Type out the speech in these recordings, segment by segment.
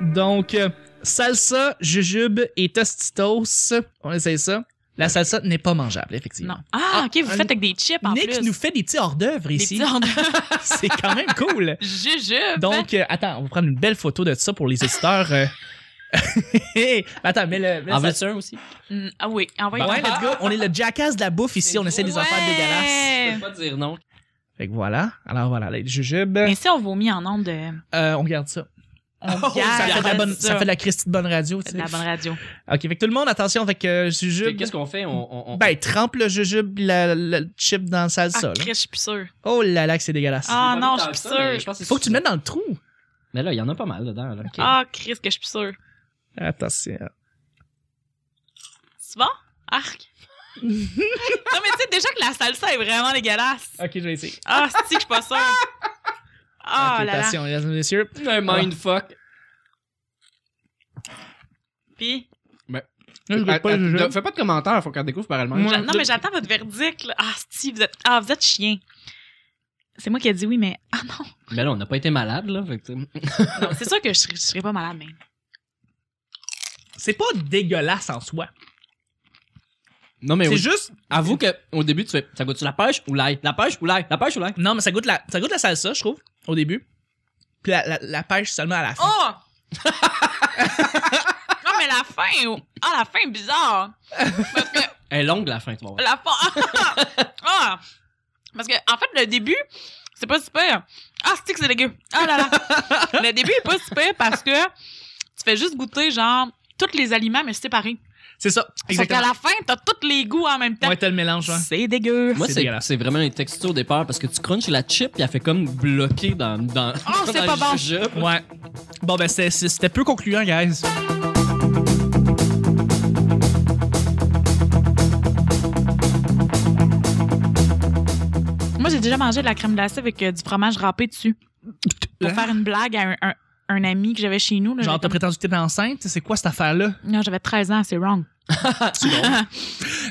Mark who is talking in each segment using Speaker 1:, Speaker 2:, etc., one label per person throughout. Speaker 1: Donc, euh, salsa, jujube et tostitos. On essaye ça. La salsa n'est pas mangeable, effectivement.
Speaker 2: Non. Ah, OK, vous
Speaker 1: Ah,
Speaker 2: faites avec des chips en
Speaker 1: Nick
Speaker 2: plus.
Speaker 1: nous fait des petits hors-d'œuvre
Speaker 2: des
Speaker 1: ici.
Speaker 2: petits hors-
Speaker 1: C'est quand même cool.
Speaker 2: Jujube.
Speaker 1: Donc, euh, attends, on va prendre une belle photo de ça pour les auditeurs. euh. Hey, attends, mais le. mets
Speaker 3: En
Speaker 1: le-
Speaker 3: veux-tu un aussi?
Speaker 2: Mm, ah oui, envoyez
Speaker 1: bah Ouais, let's go. On est le jackass de la bouffe ici. On essaie des affaires dégueulasses.
Speaker 2: Eh.
Speaker 3: Je peux pas dire non.
Speaker 1: Fait que voilà. Alors voilà, les jujubes.
Speaker 2: Mais si on vomit en nombre de.
Speaker 1: Euh, on garde ça.
Speaker 3: Oh,
Speaker 1: ça,
Speaker 2: On
Speaker 1: fait de la
Speaker 2: garde
Speaker 1: bonne,
Speaker 2: ça.
Speaker 1: ça fait de la Christie de bonne radio. tu
Speaker 2: C'est de
Speaker 1: sais.
Speaker 2: la bonne radio.
Speaker 1: Ok, fait que tout le monde, attention avec euh,
Speaker 3: Fait que
Speaker 1: jujube.
Speaker 3: Qu'est-ce qu'on fait? On, on- on-
Speaker 1: Ben, trempe le jujube pis la- la- le chip dans la
Speaker 2: Ah,
Speaker 1: salsa. là.
Speaker 2: Chris, je suis plus sûre.
Speaker 1: Oh là là, que c'est dégueulasse.
Speaker 2: Ah.
Speaker 3: J'ai pas
Speaker 2: non,
Speaker 3: mis
Speaker 2: je
Speaker 3: tant
Speaker 2: suis
Speaker 3: que ça, mais
Speaker 2: sûre.
Speaker 3: je pense que c'est
Speaker 1: Faut que tu
Speaker 3: ça.
Speaker 1: le mettes dans le trou.
Speaker 3: Mais là, il y en a pas mal dedans. Là.
Speaker 2: Ah, Chris, que je suis plus sûre.
Speaker 1: Attention.
Speaker 2: C'est bon? Arc. non, mais tu sais, déjà que la salsa est vraiment dégueulasse.
Speaker 1: Ok, je vais essayer.
Speaker 2: Ah, si, je suis pas sûre. Ah,
Speaker 1: Ok,
Speaker 2: là là.
Speaker 1: attention, mesdames et messieurs.
Speaker 3: Un mindfuck.
Speaker 2: Puis,
Speaker 1: Là, je goûte pas
Speaker 3: Ah,
Speaker 1: le jujube.
Speaker 3: ah, Fais pas de commentaires, faut qu'elle découvre par elle-même.
Speaker 1: Moi-
Speaker 2: j'a- euh, non, mais j'attends votre verdict. là. Ah, si, vous êtes, ah, vous êtes chien. C'est moi qui ai dit oui, mais ah non.
Speaker 3: Mais là, on n'a pas été malade, là. Fait que, tu sais,
Speaker 2: Non, C'est sûr que je, serais- je serais pas malade, mais.
Speaker 1: C'est pas dégueulasse en soi.
Speaker 3: Non, mais
Speaker 1: C'est
Speaker 3: au-
Speaker 1: juste.
Speaker 3: avoue qu'au début, tu fais ça goûte-tu la pêche ou l'ail? La pêche ou l'ail? La pêche ou l'ail?
Speaker 1: Non, mais ça goûte la, ça goûte la salsa, je trouve, au début. Puis la, la- la pêche seulement à la fin.
Speaker 2: Oh! non, mais la fin. oh, Ah, la fin est bizarre. Parce que
Speaker 3: Elle est longue, la fin, tu vas voir.
Speaker 2: la fin. ah! Parce que, en fait, le début, c'est pas super. Ah, c'est que c'est dégueu. Ah là là. le début est pas super parce que tu fais juste goûter, genre, tous les aliments, mais séparés.
Speaker 1: C'est ça.
Speaker 2: Sauf qu'à
Speaker 1: Exactement.
Speaker 2: la fin, t'as tous les goûts en même temps.
Speaker 1: Ouais, t'as le mélange, hein.
Speaker 2: c'est dégueu.
Speaker 3: Moi,
Speaker 1: C'est
Speaker 3: c'est
Speaker 1: dégueulasse.
Speaker 3: c'est vraiment une texture au départ parce que tu crunches la chip et elle fait comme bloquer dans. dans
Speaker 2: Oh, c'est
Speaker 3: dans
Speaker 2: pas
Speaker 3: le
Speaker 2: bon.
Speaker 3: jujube.
Speaker 1: Ouais. Bon, ben, c'était- c'était peu concluant, guys.
Speaker 2: Moi, j'ai déjà mangé de la crème glacée avec euh, du fromage râpé dessus. Pour
Speaker 1: Hein?
Speaker 2: faire une blague à un, un- un ami que j'avais chez nous. là,
Speaker 1: Genre,
Speaker 2: j'étais
Speaker 1: t'as prétendu que t'étais enceinte? C'est quoi cette affaire-là?
Speaker 2: Non, j'avais 13 ans, c'est wrong.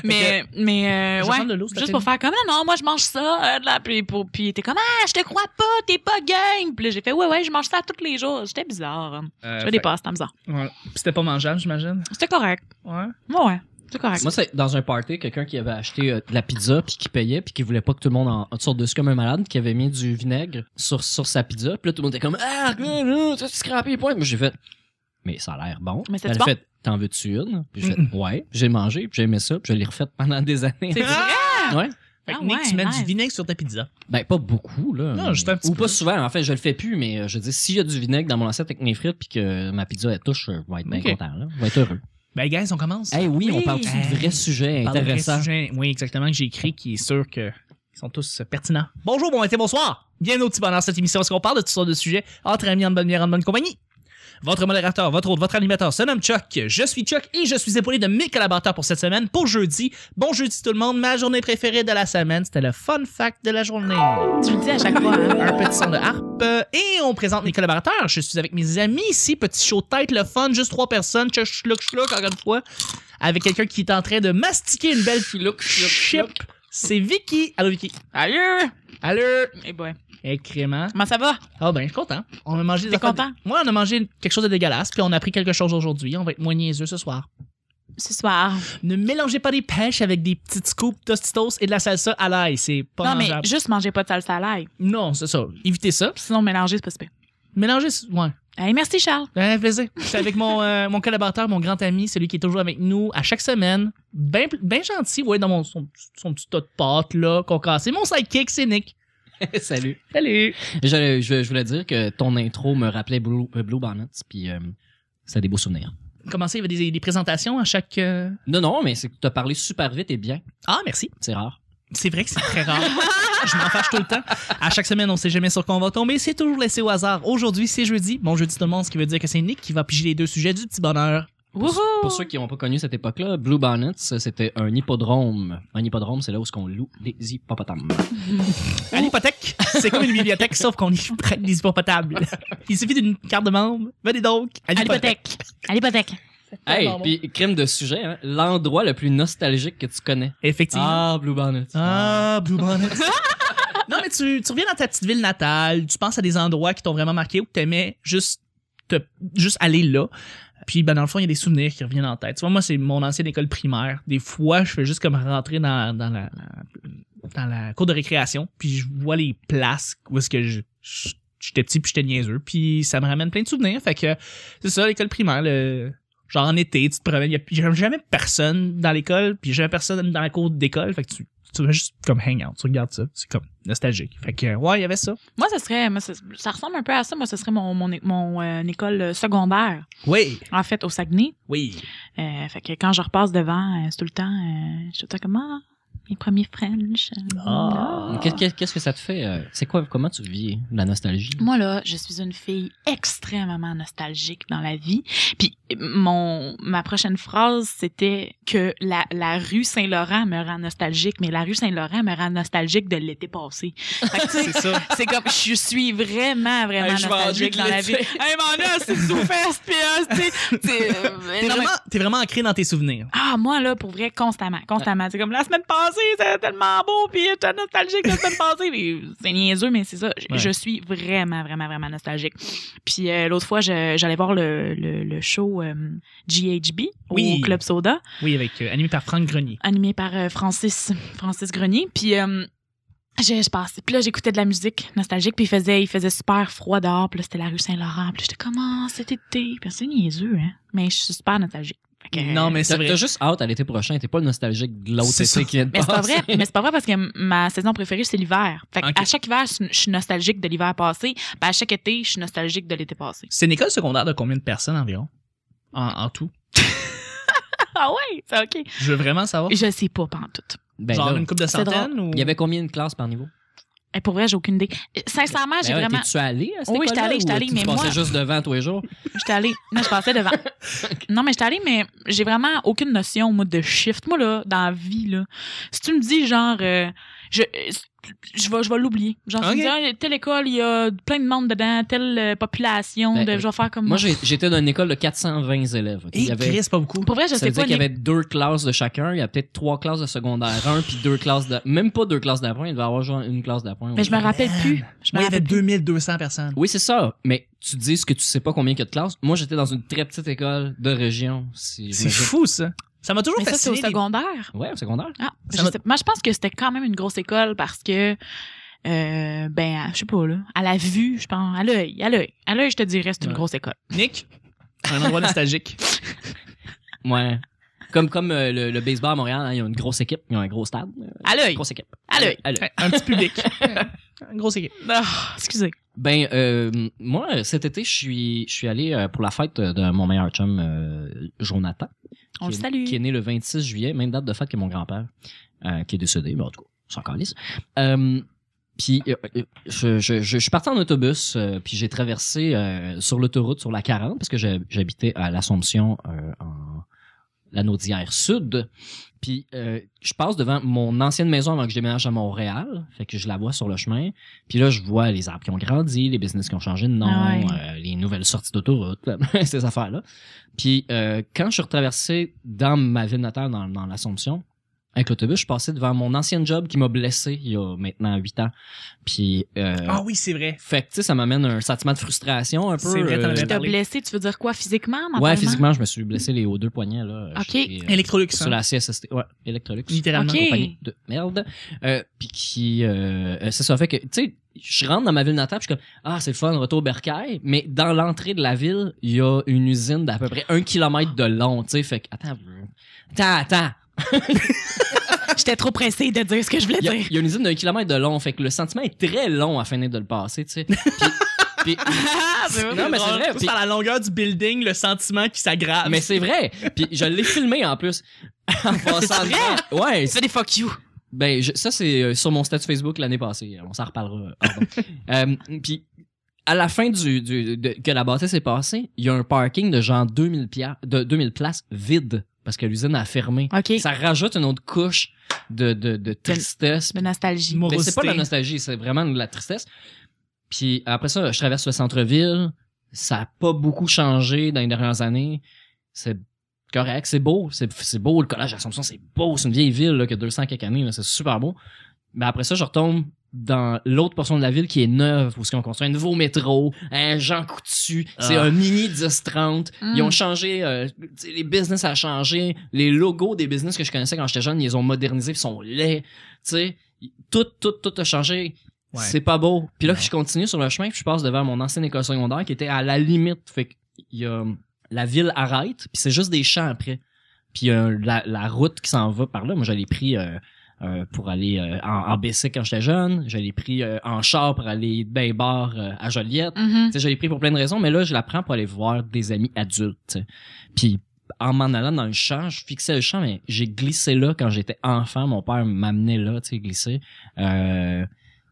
Speaker 2: mais mais euh,
Speaker 1: Je vais
Speaker 2: ouais,
Speaker 1: prendre de l'eau, s'il te
Speaker 2: juste
Speaker 1: plaît.
Speaker 2: pour faire comme ah non, non, moi je mange ça euh, de la puis pour puis il était comme ah, je te crois pas, t'es pas game. Puis là, j'ai fait ouais ouais, je mange ça tous les jours. J'étais bizarre. Je me dépasse, c'était bizarre.
Speaker 1: Euh, Ouais. Puis C'était pas mangeable, j'imagine.
Speaker 2: C'était correct.
Speaker 1: Ouais.
Speaker 2: Ouais ouais, c'était correct.
Speaker 3: Moi, c'est dans un party, quelqu'un qui avait acheté euh, de la pizza puis qui payait puis qui voulait pas que tout le monde en sorte dessus comme un malade, qui avait mis du vinaigre sur, sur sa pizza. Puis là, tout le monde était comme Ah, là, là, ça, c'est scrapé les points. Moi, j'ai fait Mais ça a l'air bon.
Speaker 2: Mais c'est
Speaker 3: Elle a
Speaker 2: bon.
Speaker 3: fait T'en veux-tu une Puis j'ai fait
Speaker 1: Mm-mm.
Speaker 3: Ouais. J'ai mangé, puis j'ai aimé ça, puis je l'ai refaite pendant des années.
Speaker 2: C'est vrai.
Speaker 3: Ouais.
Speaker 1: Fait que
Speaker 2: Ah
Speaker 1: Nick, tu mets
Speaker 2: ouais,
Speaker 1: du
Speaker 2: nice.
Speaker 1: vinaigre sur ta pizza.
Speaker 3: Ben, pas beaucoup, là.
Speaker 1: Non,
Speaker 3: mais-
Speaker 1: juste un petit
Speaker 3: Ou
Speaker 1: peu.
Speaker 3: pas souvent. En fait, je le fais plus, mais euh, je veux dire, s'il y a du vinaigre dans mon assiette avec mes frites puis que ma pizza, elle touche, euh, je vais être bien
Speaker 1: Ok.
Speaker 3: content, là. Je vais être heureux.
Speaker 1: Ben, guys, on commence.
Speaker 3: Eh oui, on
Speaker 2: Oui.
Speaker 3: parle de vrais sujets
Speaker 1: Par le vrai
Speaker 3: intéressants.
Speaker 1: sujet, oui, exactement, que j'ai écrit, qui est sûr que ils sont tous euh, pertinents. Bonjour, bon été, bonsoir. Bienvenue au petit bonheur cette émission, parce qu'on parle de toutes sortes de sujets entre amis, en bonne bière, en bonne compagnie. Votre modérateur, votre hôte, votre animateur se nomme Chuck. Je suis Chuck et je suis épaulé de mes collaborateurs pour cette semaine, pour jeudi. Bon jeudi tout le monde, ma journée préférée de la semaine, c'était le fun fact de la journée.
Speaker 2: Tu le dis à chaque fois. hein.
Speaker 1: Un petit son de harpe euh, et on présente mes collaborateurs. Je suis avec mes amis ici, petit show de tête, le fun, juste trois personnes, chuck, chlouk, chlouk, encore une fois, avec quelqu'un qui est en train de mastiquer une belle
Speaker 3: Chlouk, chlouk, chlouk.
Speaker 1: chip. C'est Vicky. Allô Vicky.
Speaker 2: Allô.
Speaker 1: Allô.
Speaker 2: Eh boy.
Speaker 1: Écrément.
Speaker 2: Comment ça va
Speaker 1: Ah ben je suis content. On a mangé des
Speaker 2: T'es
Speaker 1: affaires-
Speaker 2: content?
Speaker 1: Moi, on a mangé quelque chose de dégueulasse, puis on a appris quelque chose aujourd'hui. On va être moins niaiseux ce soir.
Speaker 2: ce soir
Speaker 1: Ne mélangez pas des pêches avec des petites scoops tostitos et de la salsa à l'ail. C'est pas
Speaker 2: Non, mais
Speaker 1: mangeable.
Speaker 2: juste mangez pas de salsa à l'ail.
Speaker 1: Non, c'est ça. Évitez ça.
Speaker 2: Sinon, mélanger, c'est pas super.
Speaker 1: Mélangez... Ouais.
Speaker 2: Hey, merci, Charles.
Speaker 1: Ben, un plaisir. Je suis avec mon, euh, mon collaborateur, mon grand ami, celui qui est toujours avec nous à chaque semaine. Bien ben gentil, ouais, dans mon, son, son petit tas de pâtes, là, qu'on casse. C'est mon sidekick, c'est Nick.
Speaker 3: Salut.
Speaker 1: Salut.
Speaker 3: Je, je, je voulais dire que ton intro me rappelait Blue, euh, Blue Bonnets, puis euh, c'est des beaux souvenirs.
Speaker 1: Comment ça, il y avait des, des présentations à chaque. euh,
Speaker 3: Non, non, mais c'est que t'as parlé super vite et bien.
Speaker 1: Ah, merci.
Speaker 3: C'est rare.
Speaker 1: C'est vrai que c'est très rare. Je m'en fâche tout le temps. À chaque semaine, on sait jamais sur quoi on va tomber. C'est toujours laissé au hasard. Aujourd'hui, c'est jeudi. Bon jeudi tout le monde, ce qui veut dire que c'est Nick qui va piger les deux sujets du petit bonheur.
Speaker 2: Wouhou!
Speaker 3: Pour ceux qui n'ont pas connu cette époque-là, Blue Bonnets, c'était un hippodrome. Un hippodrome, c'est là où ce qu'on loue des hippopotames.
Speaker 1: À l'hypothèque, c'est comme une bibliothèque, sauf qu'on y prête des hippopotables. Il suffit d'une carte de membre. Venez donc à
Speaker 2: À
Speaker 1: l'hypothèque.
Speaker 2: l'hypothèque. À l'hypothèque.
Speaker 3: Hey,
Speaker 1: tellement
Speaker 3: puis crime de sujet, hein, l'endroit le plus nostalgique que tu connais.
Speaker 1: Effectivement.
Speaker 3: Ah, Blue Bonnets.
Speaker 1: Ah, Blue Bonnet. non, mais tu, tu reviens dans ta petite ville natale, tu penses à des endroits qui t'ont vraiment marqué ou que t'aimais juste te- juste aller là. Puis, ben, dans le fond, il y a des souvenirs qui reviennent en tête. Tu vois, moi, c'est mon ancienne école primaire. Des fois, je fais juste comme rentrer dans, dans la, la- dans la cour de récréation, puis je vois les places où est-ce que je- je- j'étais petit puis j'étais niaiseux. Puis, ça me ramène plein de souvenirs. Fait que, c'est ça, l'école primaire, le... Genre en été, tu te promènes, il y a- il y a jamais personne dans l'école, puis jamais personne dans la cour d'école, fait que tu, tu vas juste comme hang out, tu regardes ça, c'est comme nostalgique. Fait que ouais, il y avait ça.
Speaker 2: Moi, ça serait. moi, ça, ça ressemble un peu à ça. Moi, ce serait mon, mon, é- mon euh, école euh, secondaire,
Speaker 1: Oui,
Speaker 2: en fait, au Saguenay.
Speaker 1: oui.
Speaker 2: Euh, fait que quand je repasse devant, euh, c'est tout le temps. euh, je suis tout le temps comme. Ah, mes premiers French. euh,
Speaker 1: Ah.
Speaker 3: Qu'est- qu'est- Qu'est-ce que ça te fait? euh, C'est quoi, comment tu vis la nostalgie?
Speaker 2: Moi, là, je suis une fille extrêmement nostalgique dans la vie. Puis, mon, ma prochaine phrase, c'était que la, la rue Saint-Laurent me rend nostalgique, mais la rue Saint-Laurent me rend nostalgique de l'été passé. Fait que, tu sais,
Speaker 1: C'est ça.
Speaker 2: c'est comme, je suis vraiment, vraiment
Speaker 1: Hey, je vais enlever
Speaker 2: nostalgique
Speaker 1: de
Speaker 2: dans la vie.
Speaker 1: l'été.
Speaker 2: Hey, mon Dieu, c'est tout fest, puis, euh, tu sais, tu sais, euh,
Speaker 1: T'es
Speaker 2: non, mais-
Speaker 1: vraiment, t'es vraiment ancré dans tes souvenirs.
Speaker 2: ah, moi, là, pour vrai, constamment, constamment. C'est comme la semaine passée, c'était tellement beau, puis euh, j'étais nostalgique la semaine passée. Puis, C'est niaiseux, mais c'est ça. Je-
Speaker 1: Ouais.
Speaker 2: Je suis vraiment, vraiment, vraiment nostalgique. Puis euh, l'autre fois, je- j'allais voir le, le, le show euh, GHB au
Speaker 1: Oui.
Speaker 2: Club Soda
Speaker 1: Oui, avec euh, animé par Franck Grenier.
Speaker 2: animé par euh, Francis, Francis Grenier. Puis euh, je, je passais. Puis là, j'écoutais de la musique nostalgique. Puis il faisait, il faisait super froid dehors. Puis là, c'était la rue Saint-Laurent. Puis j'étais comme, ah, cet été. Puis c'est niaiseux, hein. Mais je suis super nostalgique. Fait que-
Speaker 1: Non, mais c'est
Speaker 3: T'as
Speaker 1: vrai.
Speaker 3: t'as juste hâte à l'été prochain, t'es pas nostalgique de l'autre
Speaker 1: C'est ça.
Speaker 3: été qui vient de
Speaker 2: Mais c'est pas
Speaker 3: passer.
Speaker 2: vrai, mais c'est pas vrai parce que m- ma saison préférée c'est l'hiver. Fait que
Speaker 1: Ok.
Speaker 2: à chaque hiver, je suis- je suis nostalgique de l'hiver passé, puis à chaque été, je suis nostalgique de l'été passé.
Speaker 1: C'est une école secondaire de combien de personnes environ? En, en tout.
Speaker 2: Ah ouais, c'est OK.
Speaker 1: Je veux vraiment savoir.
Speaker 2: Je sais pas pantoute.
Speaker 3: Ben
Speaker 1: Genre
Speaker 3: là,
Speaker 1: une couple de
Speaker 2: C'est
Speaker 1: centaines ou.
Speaker 3: Il y avait combien de classes par niveau?
Speaker 2: Et pour vrai, j'ai aucune idée. Euh, Sincèrement, j'ai
Speaker 3: Ben ouais,
Speaker 2: vraiment
Speaker 3: T'es-tu allé à cette
Speaker 2: Oui, j'étais
Speaker 3: école-là
Speaker 2: allée, j'étais
Speaker 3: ou
Speaker 2: allée,
Speaker 3: tu
Speaker 2: mais
Speaker 3: passais
Speaker 2: moi-
Speaker 3: juste devant tous les jours?
Speaker 2: J'étais allée. Non, je passais devant. Non, mais j'étais allée, mais j'ai vraiment aucune notion, moi, de shift. Moi, là, dans la vie, là, si tu me dis, genre, euh, je, euh, je vais, je vais l'oublier. Genre,
Speaker 1: Ok.
Speaker 2: si tu me dis, ah, telle école, il y a plein de monde dedans, telle euh, population,
Speaker 3: Ben,
Speaker 2: de,
Speaker 3: euh,
Speaker 2: je vais faire comme
Speaker 3: Moi, j'ai- j'étais dans une école de 420 élèves. ok?
Speaker 1: Eh,
Speaker 3: Il y avait,
Speaker 1: Chris, pas beaucoup.
Speaker 2: Pour vrai, je
Speaker 3: ça
Speaker 2: sais
Speaker 3: veut
Speaker 2: pas.
Speaker 3: dire qu'il y
Speaker 2: Nick.
Speaker 3: avait deux classes de chacun. Il y a peut-être trois classes de secondaire 1, puis deux classes de... Même pas deux classes d'appoint. Il devait y avoir genre une classe d'appoint.
Speaker 2: Mais je me rappelle
Speaker 1: Man.
Speaker 2: plus. Je me
Speaker 1: Moi, il y avait
Speaker 2: rappelle plus.
Speaker 1: 2200 personnes.
Speaker 3: Oui, c'est ça. Mais tu dis ce que tu sais pas combien il y a de classes. Moi, j'étais dans une très petite école de région. Si je
Speaker 1: C'est
Speaker 3: me-
Speaker 1: fou, ça. Ça m'a toujours
Speaker 2: Mais ça, c'est au
Speaker 1: fasciné. les-
Speaker 2: secondaire.
Speaker 3: Ouais, au secondaire.
Speaker 2: Ah,
Speaker 1: Ça
Speaker 2: je
Speaker 1: va-
Speaker 2: sais- Moi, je pense que c'était quand même une grosse école parce que, euh, ben, à- je sais pas, là, à la vue, je pense, à l'œil, à l'œil. À l'œil, je te dirais, c'est une
Speaker 1: Ouais.
Speaker 2: grosse école.
Speaker 1: Nick, un endroit nostalgique.
Speaker 3: Ouais. Comme, comme euh, le, le baseball à Montréal, hein, ils ont une grosse équipe, ils ont un gros stade. euh,
Speaker 2: À l'œil,
Speaker 3: grosse équipe.
Speaker 2: à l'œil.
Speaker 3: Allez.
Speaker 1: Ouais, Un petit public. Une grosse équipe.
Speaker 2: Ah, excusez.
Speaker 3: Ben euh, moi cet été je suis je suis allé euh, pour la fête euh, de mon meilleur chum euh, Jonathan
Speaker 2: On
Speaker 3: qui
Speaker 2: le
Speaker 3: est-
Speaker 2: salue.
Speaker 3: qui est né le 26 juillet même date de fête que mon grand-père euh, qui est décédé mais en tout cas c'est encore lisse. Euh, puis euh, euh, je, je, je suis parti en autobus euh, puis j'ai traversé euh, sur l'autoroute sur la 40 parce que j'hab- j'habitais à l'Assomption euh, en l'anneau d'hier sud puis euh, je passe devant mon ancienne maison avant que je déménage à Montréal fait que je la vois sur le chemin puis là, je vois les arbres qui ont grandi, les business qui ont changé de nom,
Speaker 2: Ah ouais.
Speaker 3: euh, les nouvelles sorties d'autoroute, ces affaires-là. Puis euh, quand je suis retraversé dans ma ville natale, dans, dans l'Assomption, avec l'autobus, je suis passé devant mon ancien job qui m'a blessé il y a maintenant huit ans. Puis, euh,
Speaker 1: Ah oui, c'est vrai.
Speaker 3: fait que, tu sais, ça m'amène un sentiment de frustration un peu.
Speaker 1: C'est vrai, t'en avais
Speaker 2: Tu t'as
Speaker 1: parler.
Speaker 2: blessé, tu veux dire quoi physiquement, mentalement?
Speaker 3: ouais, physiquement, je me suis blessé les hauts deux poignets, là.
Speaker 2: Ok.
Speaker 3: J'étais, euh,
Speaker 1: Electrolux.
Speaker 3: sur
Speaker 1: hein.
Speaker 3: la CSST, ouais, Electrolux
Speaker 1: Littéralement.
Speaker 2: Ok.
Speaker 3: compagnie de merde. Euh, puis qui, euh, euh, c'est ça fait que, tu sais, je rentre dans ma ville natale, puis je suis comme, ah, c'est le fun, retour au Bercail. Mais dans l'entrée de la ville, il y a une usine d'à peu près un kilomètre de long, tu sais. Fait que, attends, euh, attends, attends.
Speaker 2: J'étais trop pressée de dire ce que je voulais
Speaker 3: Il y, a,
Speaker 2: dire.
Speaker 3: il y a une usine d'un kilomètre de long, fait que le sentiment est très long afin de le passer, tu sais. Puis- puis- Non, mais c'est vrai.
Speaker 1: Juste
Speaker 3: Puis-
Speaker 1: à la longueur du building, le sentiment qui s'aggrave.
Speaker 3: mais c'est vrai. Puis je l'ai filmé en plus. en passant
Speaker 2: vrai?
Speaker 3: devant. Ouais,
Speaker 2: C'est des fuck you.
Speaker 3: Ben, je- ça, c'est euh, sur mon statut Facebook l'année passée. On s'en reparlera. pardon. euh, Puis, à la fin du, du- de- que la bâtisse est passée, il y a un parking de genre 2000, pia- de 2000 places vides parce que l'usine a fermé.
Speaker 2: OK.
Speaker 3: Ça rajoute une autre couche de, de, de tristesse.
Speaker 2: De nostalgie.
Speaker 1: Mon-
Speaker 3: Mais c'est pas de la
Speaker 1: morosité.
Speaker 3: nostalgie, c'est vraiment de la tristesse. Puis après ça, je traverse le centre-ville. Ça a pas beaucoup changé dans les dernières années. C'est correct, c'est beau. C'est c'est beau, le collège d'Assomption, c'est beau. C'est une vieille ville là, qui a 200 quelques années. là, C'est super beau. Mais après ça, je retombe dans l'autre portion de la ville qui est neuve, où on construit un nouveau métro, un Jean Coutu, c'est
Speaker 1: Ah.
Speaker 3: un mini 10-30. Ils ont
Speaker 2: Mm.
Speaker 3: changé, euh, tu sais, les business a changé, les logos des business que je connaissais quand j'étais jeune, ils les ont modernisés, ils sont laids, tu sais. Tout, tout, tout a changé.
Speaker 1: Ouais.
Speaker 3: C'est pas beau. Puis là,
Speaker 1: Non.
Speaker 3: je continue sur le chemin, puis je passe devant mon ancienne école secondaire qui était à la limite. Fait que il y a, la ville arrête, puis c'est juste des champs après. Puis euh, la, la route qui s'en va par là, moi j'avais pris euh, euh, pour aller euh, en, en BC quand j'étais jeune, j'avais pris euh, en char pour aller d'un bar euh, à Joliette.
Speaker 2: Mhm.
Speaker 3: Tu sais, je l'ai pris pour plein de raisons, mais là, je la prends pour aller voir des amis adultes. tu sais. Puis, en m'en allant dans le champ, je fixais le champ, mais j'ai glissé là quand j'étais enfant. Mon père m'amenait là, tu sais, glisser. Euh,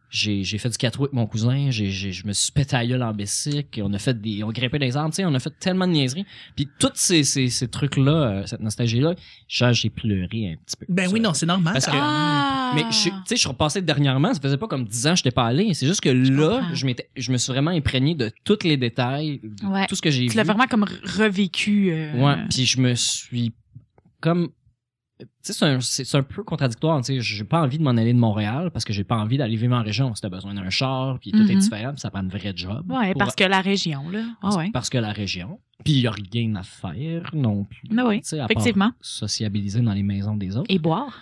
Speaker 3: j'ai j'ai fait du quatre roues avec mon cousin. j'ai j'ai- je me suis pété à la gueule en bicycle. On a fait des, on grimpait des arbres, tu sais, on a fait tellement de niaiseries. Puis, tous ces, ces, ces trucs-là, euh, cette nostalgie-là, genre, j'ai pleuré un petit peu.
Speaker 1: Ben oui,
Speaker 3: Ça.
Speaker 1: non, c'est normal.
Speaker 3: Parce
Speaker 1: ça.
Speaker 3: que-
Speaker 2: Ah!
Speaker 3: Mais je suis- tu sais, je suis repassé dernièrement, ça faisait pas comme 10 ans que j'étais pas allé. C'est juste que là,
Speaker 2: comprends.
Speaker 3: je m'étais, je me suis vraiment imprégné de tous les détails, de
Speaker 2: Ouais.
Speaker 3: tout ce que j'ai
Speaker 2: Tu
Speaker 3: vu.
Speaker 2: l'as vraiment comme re- revécu. euh,
Speaker 3: Ouais. Puis je me suis comme, tu sais, c'est un, c'est- c'est un peu contradictoire. Tu sais, j'ai pas envie de m'en aller de Montréal parce que j'ai pas envie d'aller vivre en région. Si t'as besoin d'un char, puis tout est
Speaker 2: Mhm.
Speaker 3: différent, puis ça prend un vrai job.
Speaker 2: Ouais,
Speaker 3: pour-
Speaker 2: parce que la région, là. Ah ouais.
Speaker 3: parce que la région. Puis il y a rien à faire non plus.
Speaker 2: Mais Ah oui,
Speaker 3: Tu sais, à part
Speaker 2: effectivement.
Speaker 3: sociabiliser dans les maisons des autres.
Speaker 2: Et boire.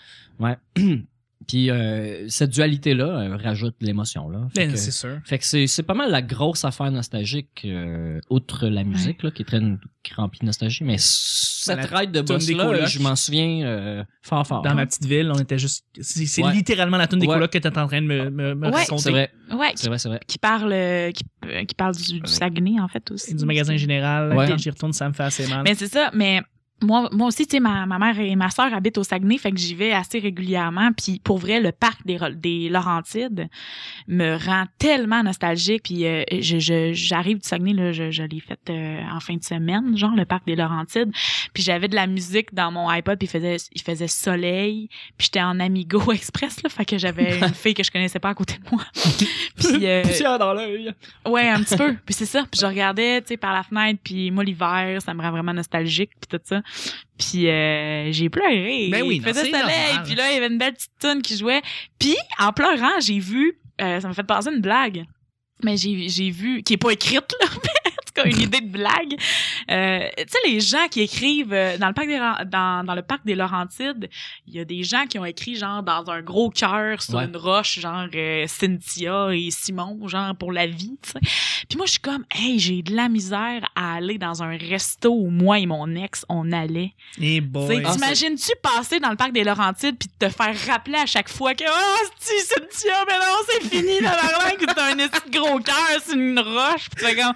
Speaker 3: Puis euh, cette dualité-là euh, rajoute de l'émotion. Là. Fait
Speaker 1: Ben,
Speaker 3: que-
Speaker 1: c'est sûr.
Speaker 3: Fait que c'est, c'est pas mal la grosse affaire nostalgique, euh, outre la musique, là, qui est très n- qui remplit de nostalgie, mais cette
Speaker 1: la
Speaker 3: ride de
Speaker 1: toune
Speaker 3: boss
Speaker 1: des
Speaker 3: là,
Speaker 1: colocs.
Speaker 3: je m'en souviens euh, fort fort.
Speaker 1: Dans ma petite ville, on était juste. C'est c'est
Speaker 3: Ouais.
Speaker 1: littéralement la tune des
Speaker 3: Ouais.
Speaker 1: colocs que t'es en train de me, me, me
Speaker 2: Ouais.
Speaker 1: raconter.
Speaker 3: C'est vrai,
Speaker 2: Ouais,
Speaker 3: c'est
Speaker 2: qui,
Speaker 3: vrai, c'est vrai.
Speaker 2: qui parle, euh, qui, euh, qui parle du, du Saguenay, en fait, aussi.
Speaker 1: C'est du magasin général.
Speaker 3: Ouais.
Speaker 1: Quand j'y retourne, ça me fait assez mal.
Speaker 2: Mais Ben, c'est ça, mais moi, moi aussi, tu sais, ma, ma mère et ma sœur habitent au Saguenay, fait que j'y vais assez régulièrement. Puis pour vrai, le parc des, Ro- des Laurentides me rend tellement nostalgique. Puis euh, je- je- j'arrive du Saguenay, là, je, je l'ai fait euh, en fin de semaine, genre le parc des Laurentides. Puis j'avais de la musique dans mon iPod, puis il faisait, il faisait soleil. Puis j'étais en Amigo Express, là, fait que j'avais une fille que je connaissais pas à côté de moi. puis euh,
Speaker 3: Poussière dans l'œil.
Speaker 2: Ouais, un petit peu. Puis c'est ça. Puis je regardais, tu sais, par la fenêtre. Puis moi, l'hiver, ça me rend vraiment nostalgique, puis tout ça. Puis euh, j'ai pleuré.
Speaker 1: Ben oui,
Speaker 2: il
Speaker 1: non,
Speaker 2: faisait
Speaker 1: c'est
Speaker 2: soleil.
Speaker 1: normal. hein.
Speaker 2: Puis là, il y avait une belle petite tune qui jouait. Puis en pleurant, j'ai vu, euh, ça m'a fait penser à une blague. Mais j'ai j'ai vu, qui est pas écrite, là, mais en tout cas, une idée de blague. Euh, tu sais, les gens qui écrivent euh, dans le parc des Ra- dans, dans le parc des Laurentides, il y a des gens qui ont écrit genre dans un gros cœur sur
Speaker 3: Ouais.
Speaker 2: une roche, genre euh, Cynthia et Simon, genre pour la vie. tu sais. Puis moi, je suis comme, hey, j'ai de la misère à aller dans un resto où moi et mon ex on allait.
Speaker 1: Et
Speaker 2: Tu
Speaker 1: boy.
Speaker 2: sais, T'imagines-tu passer dans le parc des Laurentides puis te faire rappeler à chaque fois que Ah, c'est Cynthia, mais non, c'est fini, la barlingue, c'est un esti de gros cœur, c'est une roche. Puis tu fais comme-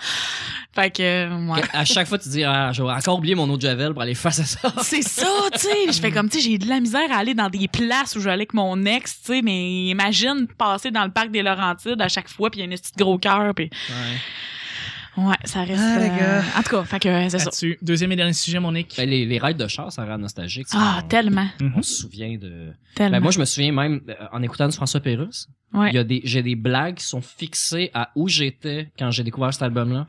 Speaker 2: Fait que, euh, ouais.
Speaker 3: À chaque fois, tu dis, ah, je vais encore oublier mon autre Javel pour aller face à ça.
Speaker 2: C'est ça, tu sais. Je fais comme, tu sais, j'ai de la misère à aller dans des places où j'allais avec mon ex, tu sais, mais imagine passer dans le parc des Laurentides à chaque fois, puis il y a un petit gros cœur, puis ouais, ça reste.
Speaker 1: Ah, les
Speaker 2: euh,
Speaker 1: gars.
Speaker 2: En tout cas, fait que euh, c'est ça.
Speaker 1: Ah, Là-dessus. Deuxième et dernier sujet, Monique. Mhm.
Speaker 3: Ben, les, les rides de char, ça rend nostalgique.
Speaker 2: Ah,
Speaker 3: on,
Speaker 2: tellement,
Speaker 3: Ben, on se souvient de...
Speaker 2: tellement.
Speaker 3: Ben, moi, je me souviens même, euh, en écoutant du François Pérusse,
Speaker 2: Ouais.
Speaker 3: Il y a des, j'ai des blagues qui sont fixées à où j'étais quand j'ai découvert cet album-là.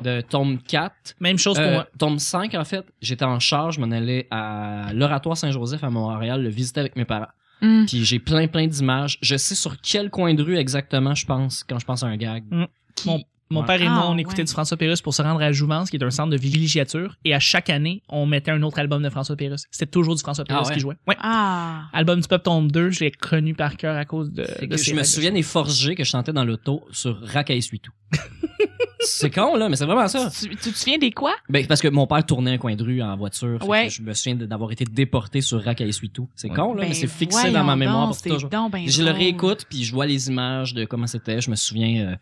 Speaker 3: De tome 4.
Speaker 1: Même chose pour
Speaker 3: euh,
Speaker 1: moi.
Speaker 3: tome 5, en fait, j'étais en charge, je m'en allais à l'oratoire Saint-Joseph à Montréal, le visiter avec mes parents.
Speaker 2: Mm.
Speaker 3: Puis j'ai plein, plein d'images. Je sais sur quel coin de rue exactement je pense quand je pense à un gag.
Speaker 2: Qui-
Speaker 1: Mon- Mon
Speaker 3: Ouais.
Speaker 1: père et moi,
Speaker 2: Ah,
Speaker 1: on écoutait
Speaker 2: ouais.
Speaker 1: du François Pérusse pour se rendre à Jouvence, qui est un centre de villégiature. Et à chaque année, on mettait un autre album de François Pérusse. C'était toujours du François Pérusse
Speaker 3: Ah ouais?
Speaker 1: qui jouait. Ouais.
Speaker 2: Ah.
Speaker 1: Album du Peuple tombe 2, je l'ai connu par cœur à cause de.
Speaker 3: Fait
Speaker 1: de
Speaker 3: que
Speaker 1: ces
Speaker 3: je me
Speaker 1: règles.
Speaker 3: souviens des forgés que je chantais dans l'auto sur Racaille Suitou. c'est con, là, mais c'est vraiment ça.
Speaker 2: Tu, tu te souviens des quoi?
Speaker 3: Ben, parce que mon père tournait un coin de rue en voiture. Fait que
Speaker 2: Ouais.
Speaker 3: je me souviens de- d'avoir été déporté sur Racaille Suitou. C'est
Speaker 1: Ouais.
Speaker 3: con, là, mais
Speaker 2: Ben,
Speaker 3: c'est fixé dans ma
Speaker 2: voyons
Speaker 3: mémoire
Speaker 2: donc,
Speaker 3: pour
Speaker 2: c'est
Speaker 3: toujours.
Speaker 2: donc ben
Speaker 3: Je le
Speaker 2: drôle.
Speaker 3: réécoute, puis je vois les images de comment c'était. Je me souviens euh,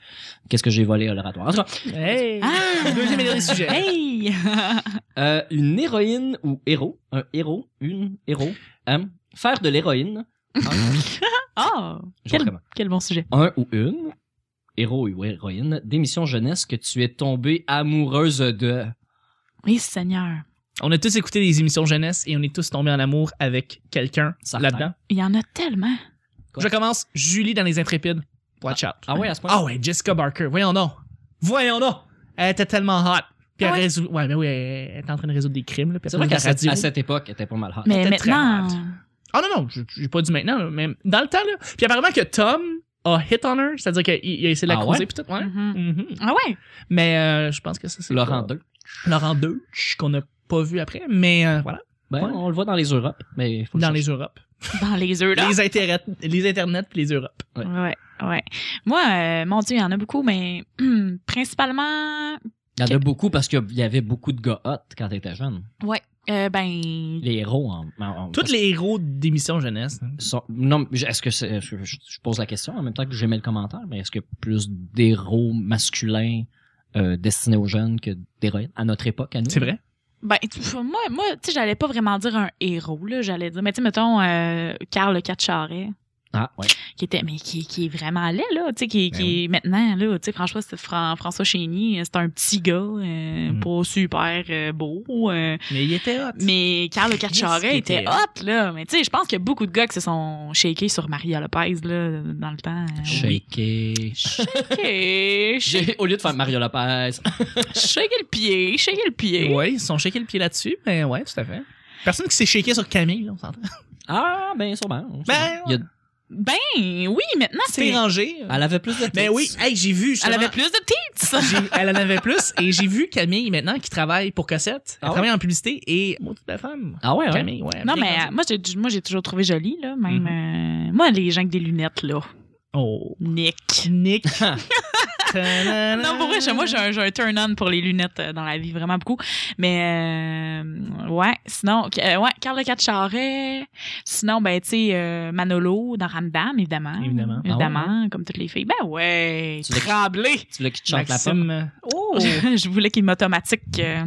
Speaker 3: qu'est-ce que j'ai volé à l'oratoire. En tout cas,
Speaker 1: Hey!
Speaker 2: Ah!
Speaker 1: Deuxième et dernier sujet.
Speaker 2: Hey!
Speaker 3: euh, une héroïne ou héros, un héros, une héros, hein, faire de l'héroïne,
Speaker 2: Oh!
Speaker 3: je
Speaker 2: Quel,
Speaker 3: recommande.
Speaker 2: quel bon sujet.
Speaker 3: un ou une, héros ou héroïne, d'émission jeunesse que tu es tombée amoureuse de.
Speaker 2: Oui, Seigneur.
Speaker 1: On a tous écouté des émissions jeunesse et on est tous tombés en amour avec quelqu'un
Speaker 3: Certain.
Speaker 1: là-dedans.
Speaker 2: Il y en a tellement.
Speaker 3: Ah, Quoi?
Speaker 1: Je commence Julie dans Les Intrépides. Watch out.
Speaker 3: Ah ouais, à ce point.
Speaker 1: Ah ouais, Jessica Barker. Voyons donc. Voyons donc. Elle était tellement hot. Puis elle
Speaker 2: Ah ouais?
Speaker 1: résout. Ouais, mais oui, elle elle était en train de résoudre des crimes. Là, puis
Speaker 3: C'est
Speaker 1: elle
Speaker 3: vrai
Speaker 1: faisait de
Speaker 3: qu'à
Speaker 1: la
Speaker 3: cette,
Speaker 1: radio.
Speaker 3: à cette époque, elle était pas mal hot.
Speaker 2: Mais
Speaker 1: était très
Speaker 2: maintenant. hein?
Speaker 1: malade. Ah non, non, j'ai j'ai pas dit maintenant, là, mais dans le temps, là. Puis apparemment que Tom a hit on her, c'est-à-dire qu'il il a essayé de la
Speaker 3: Ah
Speaker 1: croiser
Speaker 3: ouais?
Speaker 1: pis tout, ouais.
Speaker 2: Mhm.
Speaker 1: Mhm.
Speaker 2: Ah ouais?
Speaker 1: Mais euh, je pense que ça, c'est.
Speaker 3: Laurent
Speaker 1: pas-
Speaker 3: 2.
Speaker 1: Laurent 2, qu'on n'a pas vu après, mais euh, voilà,
Speaker 3: Ben,
Speaker 1: Ouais.
Speaker 3: on le voit dans les Europes, mais faut le
Speaker 1: dans
Speaker 3: chercher.
Speaker 1: les Europes.
Speaker 2: Dans les œufs, là.
Speaker 1: Les, internets les internets puis les Europes.
Speaker 3: Ouais.
Speaker 2: Ouais, ouais. Moi, euh, mon Dieu, il y en a beaucoup, mais hum, principalement,
Speaker 3: Il y en a beaucoup parce qu'il y avait beaucoup de gars hot quand t'étais jeune.
Speaker 2: euh, ben,
Speaker 3: Les héros en. en- en-
Speaker 1: Tous les héros d'émissions jeunesse. hein.
Speaker 3: sont- non, mais est-ce que c'est- je, je- je pose la question en même temps que j'aimais le commentaire, mais est-ce que plus d'héros masculins euh, destinés aux jeunes que d'héroïnes à notre époque, à nous?
Speaker 1: C'est vrai?
Speaker 2: ben, tu- moi, moi tu sais, j'allais pas vraiment dire un héros, là. J'allais dire, mais tu sais, mettons, euh, Carl le 4 charret,
Speaker 3: Ah, ouais.
Speaker 2: qui était, mais qui, qui est vraiment laid, là. Tu sais, qui,
Speaker 3: Ben
Speaker 2: qui est maintenant, là. Tu sais, franchement, c'est Fran- François Chénier, c'est un petit gars, euh,
Speaker 1: Mhm.
Speaker 2: pas super euh, beau, euh,
Speaker 1: Mais il était hot.
Speaker 2: Mais Carl Le
Speaker 1: Qu'est-ce qu'il
Speaker 2: Charret était
Speaker 1: était
Speaker 2: hot, là. Mais tu sais, je pense qu'il y a beaucoup de gars qui se sont shakés sur Maria Lopez, là, dans le temps. Euh,
Speaker 3: Shaker.
Speaker 2: Shaker, sh-
Speaker 3: J'ai- Au lieu de faire Mario Lopez.
Speaker 2: shaker le pied, shaker le pied.
Speaker 1: Oui, ils se sont shaké le pied là-dessus, mais ouais, tout à fait. Personne qui s'est shaké sur Camille, là, on s'entend.
Speaker 3: Ah, ben, sûrement.
Speaker 1: Ben,
Speaker 3: Il y a-
Speaker 2: Ben oui, maintenant, c'est...
Speaker 1: C'était rangé.
Speaker 3: Elle avait plus de
Speaker 1: Ah, Mais
Speaker 3: tits.
Speaker 1: ben oui, hey, j'ai vu
Speaker 2: Elle
Speaker 1: justement-
Speaker 2: avait plus de tits.
Speaker 1: J'ai- elle en avait plus et j'ai vu Camille maintenant qui travaille pour Cossette. Elle
Speaker 3: Ah ouais?
Speaker 1: travaille en publicité et moi toute la femme.
Speaker 3: Ah ouais, ouais.
Speaker 1: Camille, ouais.
Speaker 2: Non,
Speaker 1: bien
Speaker 2: mais
Speaker 1: grandi.
Speaker 2: euh, moi, j'ai, moi, j'ai toujours trouvé jolie, là. Même,
Speaker 1: Mm-hmm.
Speaker 2: euh, moi, les gens avec des lunettes, là.
Speaker 1: Oh.
Speaker 2: Nick.
Speaker 1: Nick.
Speaker 3: Ah.
Speaker 1: Ta-da-da.
Speaker 2: euh, Non, pour vrai, j'ai- moi, j'ai un, j'ai un turn-on pour les lunettes euh, dans la vie, vraiment beaucoup. Mais, euh, ouais, sinon, euh, ouais, Carl Le Cat Charret. Sinon, ben, tu sais, euh, Manolo dans Rambam, évidemment.
Speaker 1: Évidemment.
Speaker 3: Ah
Speaker 2: Évidemment, comme toutes les filles. Ben ouais,
Speaker 3: Tu l'as-
Speaker 2: tremblé.
Speaker 3: Tu voulais qu'il te chante la pomme?
Speaker 1: Maxime. euh, Oh!
Speaker 2: Je voulais qu'il m'automatique. euh,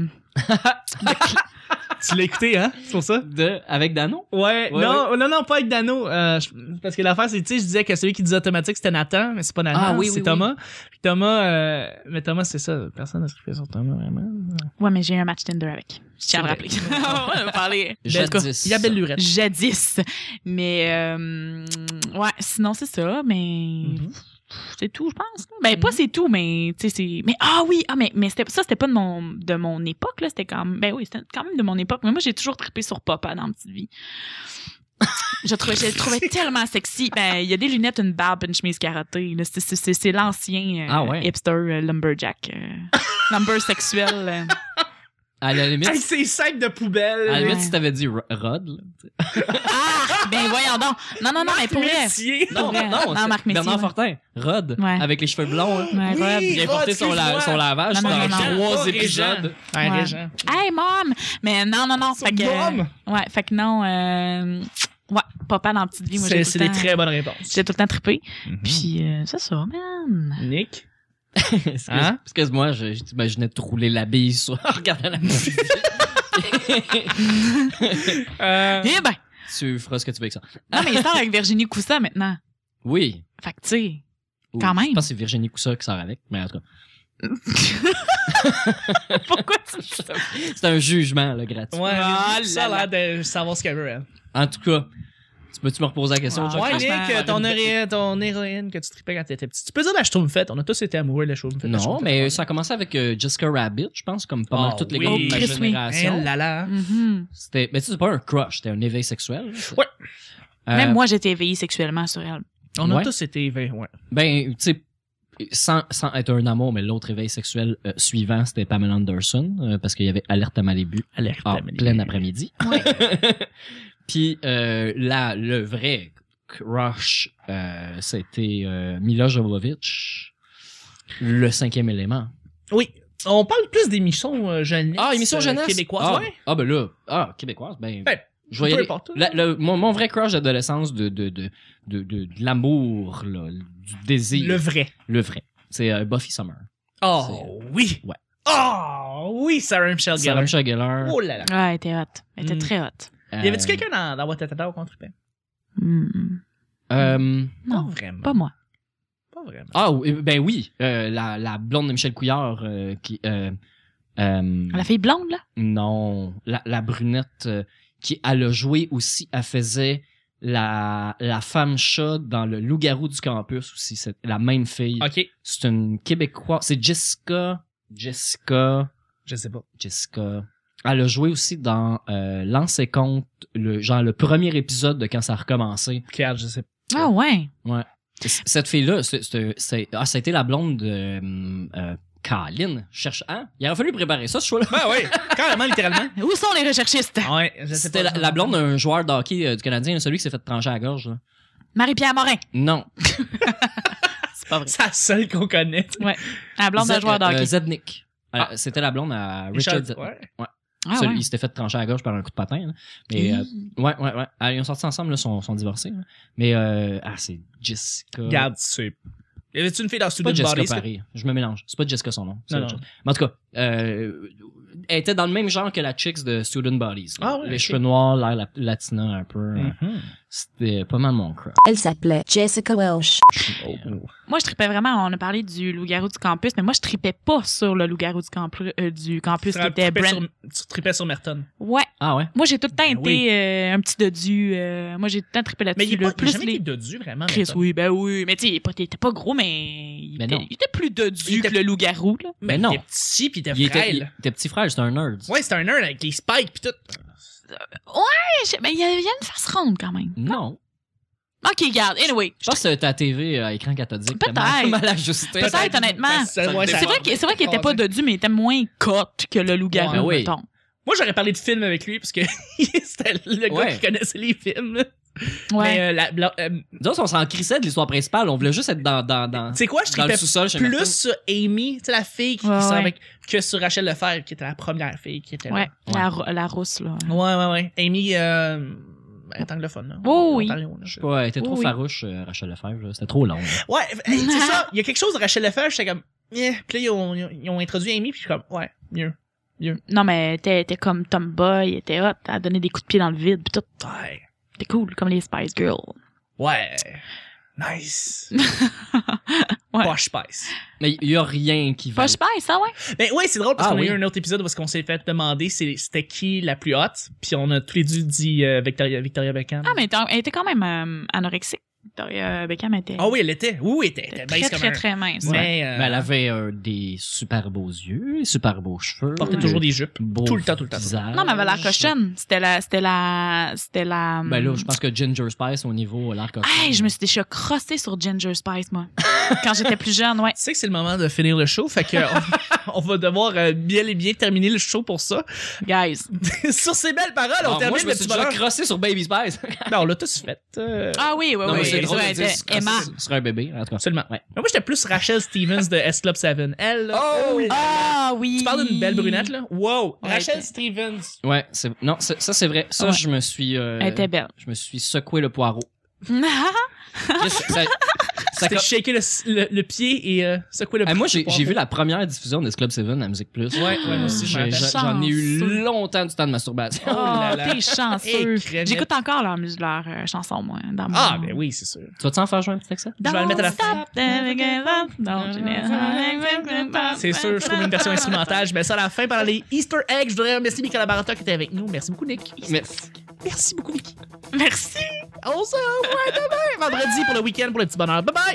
Speaker 1: tu l'as écouté, hein? C'est pour ça?
Speaker 3: De... Avec Dano?
Speaker 1: Ouais,
Speaker 3: Ouais,
Speaker 1: non, non, non, pas avec Dano. euh, je- parce que l'affaire, c'est, tu sais, je disais que celui qui disait automatique, c'était Nathan, mais c'est pas Nathan,
Speaker 3: Ah, oui,
Speaker 1: c'est
Speaker 3: oui, oui.
Speaker 1: Thomas. Puis Thomas, euh, mais Thomas, c'est ça, personne n'a se fait sur Thomas, vraiment.
Speaker 2: Ouais, mais j'ai eu un match Tinder avec. Je tiens à le rappeler. On va parler.
Speaker 3: Jadis.
Speaker 1: Il y a belle lurette.
Speaker 2: Jadis. Mais, euh, ouais, sinon, c'est ça, mais.
Speaker 3: Mm-hmm.
Speaker 1: Mhm.
Speaker 2: C'est tout, je pense. là. Ben, pas c'est tout, mais, tu sais, c'est. Mais, ah oui, ah, mais, mais c'était- ça, c'était pas de mon, de mon époque, là. C'était quand même. Ben oui, c'était quand même de mon époque. Mais moi, j'ai toujours trippé sur Papa dans Petite Vie. Je, trouvais, je le trouvais tellement sexy. Ben, il y a des lunettes, une barbe, une chemise carottée. là. C'est- c'est- C'est c'est l'ancien euh,
Speaker 3: Ah ouais.
Speaker 2: hipster euh, lumberjack. euh, lumber sexuel. euh.
Speaker 3: À la limite,
Speaker 1: Hey, c'est sac de poubelle!
Speaker 3: à la limite
Speaker 2: Ouais.
Speaker 3: si t'avais dit Ro- Rod, là.
Speaker 2: Ah! Ben, voyons donc. Non, non, non, Ah, mais pour vrai.
Speaker 1: Métier.
Speaker 2: Non, non, non,
Speaker 3: c'est
Speaker 2: Marc Messier,
Speaker 3: Bernard
Speaker 2: ouais.
Speaker 3: Fortin. Rod,
Speaker 2: Ouais.
Speaker 3: avec les cheveux blonds. hein.
Speaker 2: Ouais,
Speaker 1: Oui.
Speaker 2: Rob.
Speaker 3: Il a
Speaker 1: Rod,
Speaker 3: porté son, la-
Speaker 1: excuse-moi.
Speaker 3: son lavage
Speaker 2: Non, non,
Speaker 3: dans
Speaker 2: non, non.
Speaker 3: trois
Speaker 1: Pas
Speaker 3: épisodes.
Speaker 1: Ouais,
Speaker 2: Ouais.
Speaker 1: Régent.
Speaker 2: Hey, mom! Mais non, non, non. Fait que, euh,
Speaker 1: Mom!
Speaker 2: ouais, fait que non. euh, ouais, papa dans la petite vie, moi,
Speaker 1: C'est
Speaker 2: j'ai tout,
Speaker 1: c'est
Speaker 2: le
Speaker 1: des
Speaker 2: temps-
Speaker 1: très bonnes réponses.
Speaker 2: j'ai tout le temps trippé.
Speaker 3: Mm-hmm.
Speaker 1: Mhm.
Speaker 2: Puis, euh, c'est ça, man.
Speaker 1: Nick?
Speaker 3: Excuse-
Speaker 1: Hein?
Speaker 3: Excuse-moi, je, je t'imaginais te rouler la bille sur. Regarde la
Speaker 1: Euh,
Speaker 2: Eh ben!
Speaker 3: Tu feras ce que tu veux avec ça.
Speaker 2: Non, mais il sort avec Virginie Coussa maintenant.
Speaker 3: Oui.
Speaker 2: Fait que, tu sais.
Speaker 3: Ou-
Speaker 2: Quand même.
Speaker 3: Je pense que c'est Virginie Coussa qui sort avec, mais en tout cas.
Speaker 2: Pourquoi tu me dis ça?
Speaker 3: C'est un jugement, là, gratuit.
Speaker 1: ouais,
Speaker 2: Ah
Speaker 1: Nick, ça
Speaker 2: là
Speaker 1: a l'air de savoir ce qu'elle veut, elle.
Speaker 3: En tout cas, tu peux-tu me reposer la question?
Speaker 2: Wow.
Speaker 3: Jack?
Speaker 1: Ouais,
Speaker 2: franchement,
Speaker 1: Nick, euh, ton, héroïne, ton héroïne que tu tripais quand t'étais petit. Tu peux dire la Schtroumpfette, on a tous été amoureux de la Schtroumpfette. la
Speaker 3: Non,
Speaker 1: Schtroumpfette.
Speaker 3: mais ça a commencé avec euh, Jessica Rabbit, je pense, comme pas mal
Speaker 1: Oh,
Speaker 3: toutes les
Speaker 1: oui.
Speaker 3: groupes de ma
Speaker 2: Oh, Chris, oui.
Speaker 3: génération.
Speaker 1: Eh là là.
Speaker 2: Mhm.
Speaker 3: C'était, mais tu sais, c'est pas un crush, c'était un éveil sexuel.
Speaker 1: Ouais.
Speaker 3: Euh,
Speaker 2: Même moi, j'étais éveillée sexuellement sur elle.
Speaker 1: On a
Speaker 3: Ouais.
Speaker 1: tous été éveillés, ouais.
Speaker 3: Ben, tu sais, sans, sans être un amour, mais l'autre éveil sexuel euh, suivant, c'était Pamela Anderson, euh, parce qu'il y avait Alerte à Malibu
Speaker 1: Alerte
Speaker 3: en
Speaker 1: Amélie.
Speaker 3: Ah, plein après-midi. Puis euh, là, le vrai crush, euh, c'était euh, Mila Jovovich, le cinquième élément.
Speaker 1: Oui. On parle plus d'émissions euh, jeunesse.
Speaker 3: Ah, émission
Speaker 1: euh,
Speaker 3: jeunesse.
Speaker 1: Québécoise,
Speaker 3: ah,
Speaker 1: ouais.
Speaker 3: Ah, ben là. Ah, québécoise. Ben,
Speaker 1: Ben,
Speaker 3: je vais y
Speaker 1: peu
Speaker 3: aller.
Speaker 1: importe.
Speaker 3: La- le- mon, mon vrai crush d'adolescence de, de, de, de, de, de l'amour, là, du désir.
Speaker 1: Le vrai.
Speaker 3: Le vrai. C'est euh, Buffy Summer.
Speaker 1: Oh, oui.
Speaker 3: Ouais.
Speaker 1: Oh, oui, Sarah Michelle
Speaker 3: Sarah
Speaker 1: Gellar.
Speaker 3: Michelle Gellar.
Speaker 1: Oh là là.
Speaker 2: Ouais, Ah, elle était hot. Elle était
Speaker 1: Mm.
Speaker 2: très hot.
Speaker 1: Y avait-tu
Speaker 3: Euh,
Speaker 1: quelqu'un dans, dans Watatata au contre
Speaker 2: Mhm.
Speaker 3: euh,
Speaker 1: Pas
Speaker 2: Non,
Speaker 1: vraiment.
Speaker 2: pas moi.
Speaker 1: Pas vraiment.
Speaker 3: Ah, oui, ben oui. euh, la, la blonde de Michel Couillard euh, qui. euh, euh,
Speaker 2: La fille blonde, là?
Speaker 3: Non, la, la brunette euh, qui, elle a joué aussi, elle faisait la, la femme chat dans le loup-garou du campus aussi. C'est la même fille.
Speaker 1: Ok.
Speaker 3: C'est une Québécoise. C'est Jessica. Jessica.
Speaker 1: Je sais pas.
Speaker 3: Jessica. Elle a joué aussi dans euh, Lance et Compte, le, genre le premier épisode de Quand ça a recommencé.
Speaker 1: Pierre, je sais pas.
Speaker 2: Ah ouais.
Speaker 3: Ouais. C- Cette fille-là, c'est- c'est- c'est- ah, ça a été la blonde de. hum, euh, Colin, Je cherche. Hein? Il aurait fallu préparer ça, ce choix-là.
Speaker 1: Ben oui, carrément, littéralement.
Speaker 2: Où sont les recherchistes?
Speaker 1: Ouais, je sais
Speaker 3: C'était la,
Speaker 1: pas.
Speaker 3: la blonde d'un joueur de hockey euh, du Canadien, celui qui s'est fait trancher à la gorge. là.
Speaker 2: Marie-Pierre Morin.
Speaker 3: Non. c'est pas vrai.
Speaker 1: C'est la seule qu'on connaît.
Speaker 2: Ah, La blonde d'un
Speaker 3: Z-
Speaker 2: joueur de
Speaker 3: euh,
Speaker 2: hockey.
Speaker 3: Zednik. Euh,
Speaker 1: Ah.
Speaker 3: C'était la blonde à Richard
Speaker 1: Richard,
Speaker 3: Zednik.
Speaker 1: ouais.
Speaker 2: Ah,
Speaker 3: Euh, Celui-
Speaker 2: ouais.
Speaker 3: Il s'était fait trancher à la gorge par un coup de patin. là. Mais, euh, ouais, ouais, ouais. Ah, ils ont sorti ensemble, là, sont, sont divorcés. là. Mais, euh, ah, c'est Jessica.
Speaker 1: Regarde, c'est. Y avait-tu une fille dans
Speaker 3: C'est Euh,
Speaker 1: Student
Speaker 3: pas Jessica
Speaker 1: Body? c'est-
Speaker 3: Paris. Je me mélange. C'est pas Jessica son nom. c'est
Speaker 1: Non,
Speaker 3: autre
Speaker 1: non.
Speaker 3: chose. Mais en tout cas, euh, elle était dans le même genre que la chicks de Student Bodies. là.
Speaker 1: Ah ouais,
Speaker 3: Les
Speaker 1: ok.
Speaker 3: cheveux noirs, l'air la- latina un peu. euh,
Speaker 1: Mhm.
Speaker 3: C'était pas mal mon crap.
Speaker 4: Elle s'appelait Jessica Welsh.
Speaker 2: Moi, je tripais vraiment. On a parlé du loup-garou du campus, mais moi, je tripais pas sur le loup-garou du, campu- euh, du campus qui
Speaker 1: Tu
Speaker 2: était
Speaker 1: tripais
Speaker 2: Brent.
Speaker 1: sur- Tu tripais sur Merton.
Speaker 2: Ouais.
Speaker 3: Ah ouais?
Speaker 2: Moi, j'ai tout le temps
Speaker 1: Ben
Speaker 2: été
Speaker 1: oui.
Speaker 2: euh, un petit dodu. euh, moi, j'ai tout le temps trippé
Speaker 1: Mais
Speaker 2: là-dessus.
Speaker 1: il
Speaker 2: là.
Speaker 1: n'a
Speaker 2: plus
Speaker 1: jamais
Speaker 2: les...
Speaker 1: été dodu, vraiment.
Speaker 2: Chris,
Speaker 1: Merton.
Speaker 2: oui, ben oui. Mais tu sais, il est pas- il était pas gros, mais il,
Speaker 3: Mais
Speaker 2: était,
Speaker 3: non.
Speaker 2: il était plus dodu
Speaker 1: Il était-
Speaker 2: que le loup-garou. là.
Speaker 1: Mais
Speaker 3: Ben non.
Speaker 1: Il était petit pis il était
Speaker 3: Il était,
Speaker 1: frêle.
Speaker 3: il était petit frère, c'était un nerd.
Speaker 1: Ouais, c'était un nerd avec les spikes pis tout.
Speaker 2: Ouais, je- Mais il y a il y a une face ronde quand même.
Speaker 3: Non.
Speaker 2: Ok, regarde. Anyway.
Speaker 3: Je pense que ta TV à écran cathodique. t'as
Speaker 2: Peut-être.
Speaker 3: mal- mal ajustée.
Speaker 2: Peut-être, honnêtement.
Speaker 1: Ça- ouais,
Speaker 3: Ça-
Speaker 1: ça-
Speaker 2: C'est vrai qu'il c'est vrai qu'il était pas dodu, mais il était moins cote que le loup-garou,
Speaker 3: Ouais, oui.
Speaker 2: mettons.
Speaker 1: Moi, j'aurais parlé de films avec lui parce que c'était le gars
Speaker 3: Ouais.
Speaker 1: qui connaissait les films. là.
Speaker 2: Ouais.
Speaker 1: Mais euh, la, la- euh,
Speaker 3: Nous autres, on s'en crissait de l'histoire principale. On voulait juste être dans, dans, dans,
Speaker 1: tu sais quoi, je
Speaker 3: dans le
Speaker 1: tripais
Speaker 3: sous-sol chez
Speaker 1: plus
Speaker 3: Martin.
Speaker 1: sur Amy, tu sais, la fille qui, qui
Speaker 2: Ouais,
Speaker 1: sort
Speaker 2: ouais.
Speaker 1: avec, que sur Rachel Lefebvre, qui était la première fille qui était
Speaker 2: Ouais,
Speaker 3: Ouais.
Speaker 2: La, ro- la rousse, là.
Speaker 1: là. Ouais, ouais, ouais. Amy, euh, elle est anglophone. Là.
Speaker 2: Oh, oui.
Speaker 1: Ontario, là.
Speaker 3: Ouais, elle était trop
Speaker 2: Oui.
Speaker 3: farouche, euh, Rachel Lefebvre. là. C'était trop long. là.
Speaker 1: Ouais, hey, c'est ça. Il y a quelque chose de Rachel Lefebvre, j'étais comme, eh. Puis là, ils ont, ils ont- ils ont introduit Amy, puis je suis comme, ouais, mieux.
Speaker 2: Non, mais t'es t'es comme Tomboy, était hot, elle donnait des coups de pied dans le vide, pis tout.
Speaker 1: Ouais.
Speaker 2: T'es cool, comme les Spice Girls.
Speaker 1: Ouais. Nice.
Speaker 2: Ouais.
Speaker 1: Posh Spice.
Speaker 3: Mais il y a rien qui va.
Speaker 2: Pas Spice, ça, ouais?
Speaker 1: Ben ouais, c'est drôle parce
Speaker 3: Ah
Speaker 1: qu'on
Speaker 3: oui.
Speaker 1: a eu un autre épisode où est-ce qu'on s'est fait demander c'est- c'était qui la plus haute, puis on a tous les deux dit euh, Victoria, Victoria Beckham.
Speaker 2: Ah, mais t'en- elle était quand même euh, anorexique. Victoria Beckham était
Speaker 1: Ah oui, elle était. Oui, oui, elle était, elle était
Speaker 2: très,
Speaker 1: mince
Speaker 2: très,
Speaker 1: comme un.
Speaker 2: très, mince. ouais.
Speaker 1: Mais, euh,
Speaker 3: Mais elle avait euh, des super beaux yeux, super beaux cheveux.
Speaker 1: portait
Speaker 2: Ouais.
Speaker 1: toujours des jupes.
Speaker 3: beaux
Speaker 1: tout le temps, tout le temps.
Speaker 3: visages.
Speaker 2: Non, mais elle avait l'air cochonne. C'était la, c'était la, c'était la... hum,
Speaker 3: Ben là, je pense que Ginger Spice au niveau euh, l'air cochonne.
Speaker 2: Hey, je me suis déjà crossée sur Ginger Spice, moi. quand j'étais plus jeune, ouais.
Speaker 1: Tu sais que c'est le moment de finir le show, fait que on, on va devoir euh, bien et bien terminer le show pour ça.
Speaker 2: Guys.
Speaker 1: Sur ces belles paroles,
Speaker 3: Alors,
Speaker 1: Ah, on
Speaker 3: moi,
Speaker 1: termine
Speaker 3: je me
Speaker 1: le
Speaker 3: suis
Speaker 1: petit
Speaker 3: déjà
Speaker 1: bonheur.
Speaker 3: crossé sur Baby Spice.
Speaker 1: Non, on l'a tous fait. euh,
Speaker 2: Ah oui, oui,
Speaker 3: non,
Speaker 2: oui.
Speaker 3: mais c'est
Speaker 2: oui,
Speaker 3: drôle
Speaker 2: ouais,
Speaker 3: de dire
Speaker 2: elle
Speaker 3: se
Speaker 2: était Emma.
Speaker 3: crosser sur un bébé, en tout cas.
Speaker 1: Absolument.
Speaker 3: Ouais.
Speaker 1: Mais moi, j'étais plus Rachel Stevens de S Club 7. Elle, là, elle, Oh, oui.
Speaker 2: Ah oui.
Speaker 1: Tu parles d'une belle brunette, là? Wow!
Speaker 2: Ouais,
Speaker 1: Rachel
Speaker 2: t'es-
Speaker 1: Stevens!
Speaker 3: Ouais, c'est- non, c'est- ça c'est vrai. Ça,
Speaker 2: Ouais.
Speaker 3: je me suis, euh,
Speaker 2: Elle était belle. Oh
Speaker 3: je me suis secoué le poireau. Là, ça- ça- ça-
Speaker 1: C'était shaker le, le- le pied et euh, secouer le
Speaker 3: Eh, moi, j'ai
Speaker 1: poireau.
Speaker 3: j'ai vu la première diffusion de ce Club 7 à Musique Plus.
Speaker 1: Ouais, ouais, moi aussi, je m'en
Speaker 3: J'ai-
Speaker 1: rappelle.
Speaker 3: J'en j'en ai eu
Speaker 2: Chanceux.
Speaker 3: longtemps du temps de masturbation.
Speaker 1: Oh là
Speaker 2: Oh,
Speaker 1: là.
Speaker 2: t'es chanceux.
Speaker 1: Eh, crénette.
Speaker 2: J'écoute encore leur, mus- leur euh, chanson, moi, dans mon...
Speaker 1: Ah, ben oui, c'est sûr.
Speaker 3: Tu vas-tu en faire jouer un petit extrait?
Speaker 1: Je vais le mettre à la fin. C'est
Speaker 2: C'est
Speaker 1: sûr, je trouve une version instrumentale. Je mets ça à la fin pendant les Easter eggs. Je voudrais remercier mes collaborateurs qui étaient avec nous. Merci beaucoup, Nick.
Speaker 3: Mais-
Speaker 1: Merci beaucoup, Nick.
Speaker 2: Merci.
Speaker 1: On se revoit demain, vendredi, pour le week-end, pour le petit bonheur. Bye bye!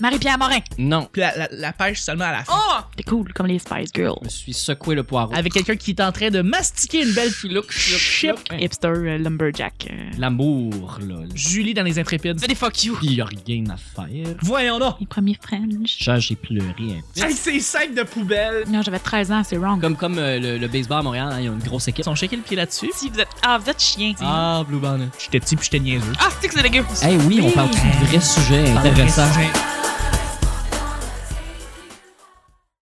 Speaker 2: Marie-Pierre Morin.
Speaker 3: Non.
Speaker 1: Puis la, la- la pêche seulement à la fin.
Speaker 2: Oh! T'es cool, comme les Spice Girls.
Speaker 3: Je me suis secoué le poireau.
Speaker 1: Avec quelqu'un qui est en train de mastiquer une belle
Speaker 3: Look,
Speaker 1: Chip.
Speaker 3: hein.
Speaker 2: Hipster euh, Lumberjack. euh.
Speaker 3: L'amour, là.
Speaker 1: Julie dans Les Intrépides.
Speaker 2: C'est des fuck you.
Speaker 3: Il y a rien à faire.
Speaker 1: Voyons donc!
Speaker 2: Les premiers French.
Speaker 3: Genre, j'ai pleuré un petit.
Speaker 1: Hey, c'est sacs de poubelle!
Speaker 2: Non, j'avais 13 ans, c'est wrong.
Speaker 3: Comme, comme euh, le, le baseball à Montréal, hein, ils ont une grosse équipe.
Speaker 1: Ils ont shaké le pied là-dessus.
Speaker 2: Si vous êtes... Ah, vous êtes chien.
Speaker 3: Ah, Blue Banner.
Speaker 1: J'étais petit puis j'étais niaiseux.
Speaker 2: Ah, c'est que c'est dégueu.
Speaker 3: Eh oui, on parle de vrais sujets intéressants.
Speaker 1: Intéressant.